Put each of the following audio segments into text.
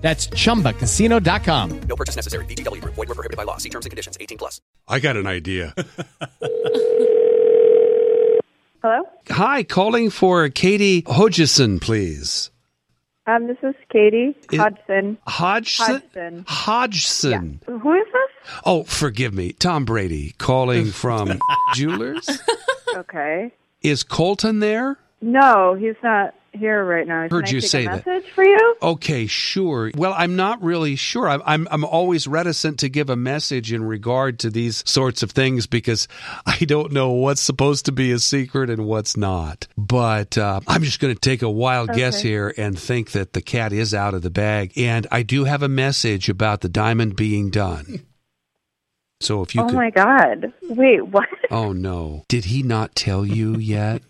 That's chumbacasino.com. No purchase necessary. VGW Group. Void were prohibited by law. See terms and conditions. 18 plus. I got an idea. Hello? Hi, calling for Katie Hodgson, please. Um, this is Katie Is- Hodgson. Hodgson? Hodgson. Hodgson. Who is this? Oh, forgive me. Tom Brady calling from Jewelers. Okay. Is Colton there? No, he's not here right now. Can Heard I you take say a that. message for you? Okay, sure. Well, I'm not really sure. I'm, I'm I'm always reticent to give a message in regard to these sorts of things because I don't know what's supposed to be a secret and what's not. But uh, I'm just going to take a wild guess here and think that the cat is out of the bag. And I do have a message about the diamond being done. So if you oh could, my God. Wait, what? oh no, did he not tell you yet?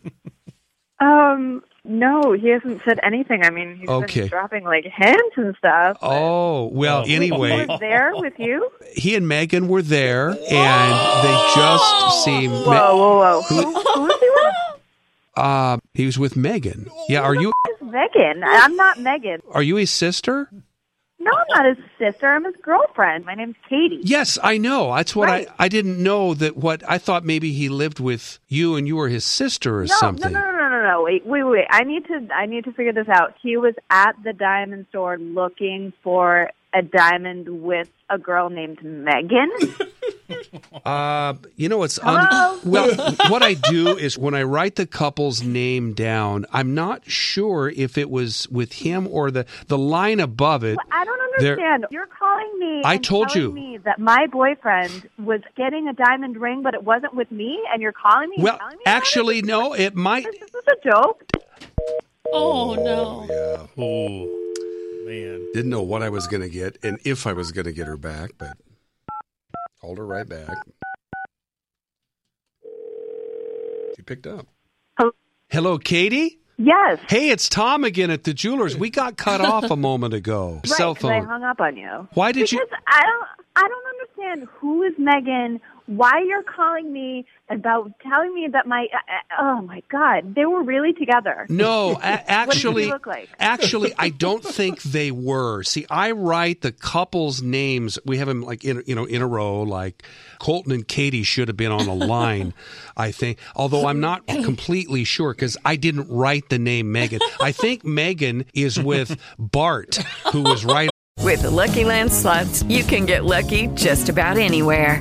Um, no, he hasn't said anything. I mean, he's Okay. been dropping like hints and stuff. oh well, anyway, He was there with you? he and Megan were there, and they just seemed. Oh! Whoa, whoa, whoa. Who, who is he with? Uh, he was with Megan. Yeah, are you It's Megan. I'm not Megan. are you his sister? No, I'm not his sister. I'm his girlfriend. My name's Katie. Yes, I know. That's what Right. I I didn't know that what I thought maybe he lived with you and you were his sister or No, something. No, no, no, no, no. Wait, wait, wait. I need to I need to figure this out. He was at the diamond store looking for a diamond with a girl named Megan. Uh, you know it's un- Hello? well what I do is when I write the couple's name down, I'm not sure if it was with him or the the line above it. I don't There- understand. You're calling me I and told telling you. me that my boyfriend was getting a diamond ring but it wasn't with me and you're calling me and Well, telling me about actually it? no, it might Is this a joke? Oh, no. Oh man. Didn't know what I was going to get and if I was going to get her back, but called her right back. She picked up. Hello, Katie? Yes. Hey, it's Tom again at the jewelers. We got cut off a moment ago. Right, Cell 'cause I phone. hung up on you. Why did because you- I don't. I don't understand who is Megan. Why you're calling me about telling me that my? Uh, oh my God, they were really together. No, a- What does he actually, look like? actually, I don't think they were. See, I write the couple's names. We have them like in you know in a row. Like Colton and Katie should have been on a line. I think, although I'm not completely sure because I didn't write the name Megan. I think Megan is with Bart, who was right With the Lucky Land slots, you can get lucky just about anywhere.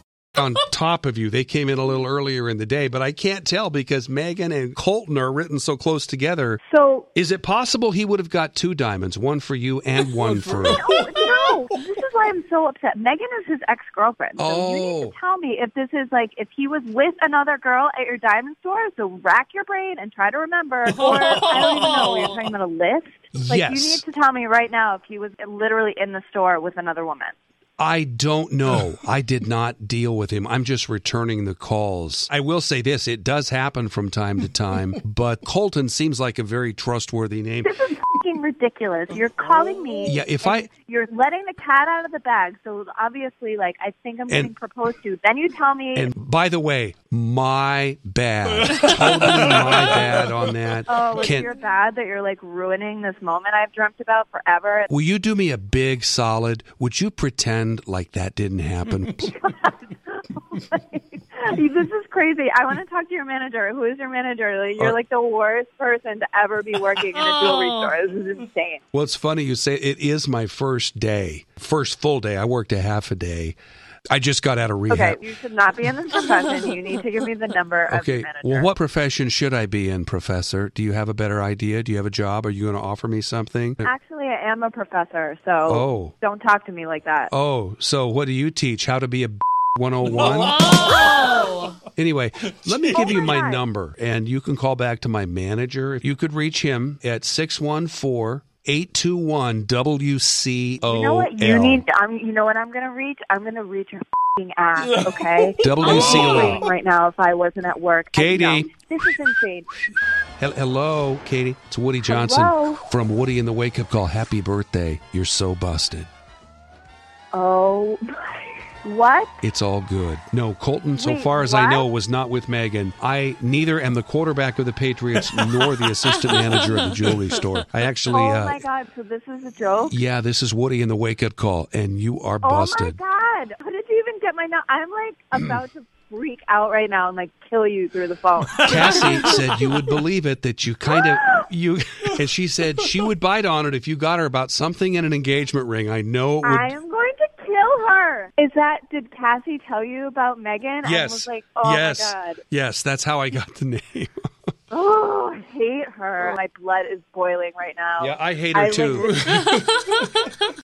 on top of you. They came in a little earlier in the day, but I can't tell because Megan and Colton are written so close together. So Is it possible he would have got two diamonds, one for you and one for oh, no, no. This is why I'm so upset. Megan is his ex girlfriend. So you need Oh. to tell me if this is like if he was with another girl at your diamond store. So rack your brain and try to remember. Or I don't even know. You're talking about a list. Like you Yes. need to tell me right now if he was literally in the store with another woman. I don't know. I did not deal with him. I'm just returning the calls. I will say this, it does happen from time to time, but Colton seems like a very trustworthy name. This is fucking ridiculous. You're calling me. Yeah, if and I- You're letting the cat out of the bag. So obviously, like, I think I'm getting proposed to. Then you tell me. And by the way, my bad. Totally my bad on that. Oh, it's Can- your bad that you're like ruining this moment I've dreamt about forever. will you do me a big solid? Would you pretend like that didn't happen? this is crazy. I want to talk to your manager. Who is your manager? Like, Uh, you're like the worst person to ever be working in a jewelry Oh. store. This is insane. Well, it's funny you say it is my first day, first full day. I worked a half a day. I just got out of rehab. Okay, you should not be in this profession. You need to give me the number of your Okay. manager. Well, what profession should I be in, Professor? Do you have a better idea? Do you have a job? Are you going to offer me something? Actually, I am a professor, so Oh. don't talk to me like that. Oh, so what do you teach? How to be a 101? Oh. Anyway, let me give you my God. number and you can call back to my manager. You could reach him at 614 821 WCOL. You know what? You need. I'm. You know what? I'm gonna reach. I'm gonna reach your fing ass. Okay. WCOL. I'm right now if I wasn't at work. I Katie. know. this is insane. Hel- Hello, Katie. It's Woody Johnson Hello. from Woody and the Wake Up Call. Happy birthday. You're so busted. Oh, my- what? It's all good. No, Colton, so Wait, far as I what? know, was not with Megan. I neither am the quarterback of the Patriots nor the assistant manager of the jewelry store. I actually, oh uh, my god! So this is a joke. yeah, this is Woody in the wake up call, and you are Oh busted. Mm. my god! How did you even get my number? I'm like about to freak out right now and like kill you through the phone. Cassie said you would believe it that you kind of you, and she said she would bite on it if you got her about something and an engagement ring. I know it would. I am going to kill her. Is that? Did Cassie tell you about Megan? I was yes. like, oh yes. my god. Yes. That's how I got the name. Oh, I hate her. My blood is boiling right now. yeah, I hate her I too.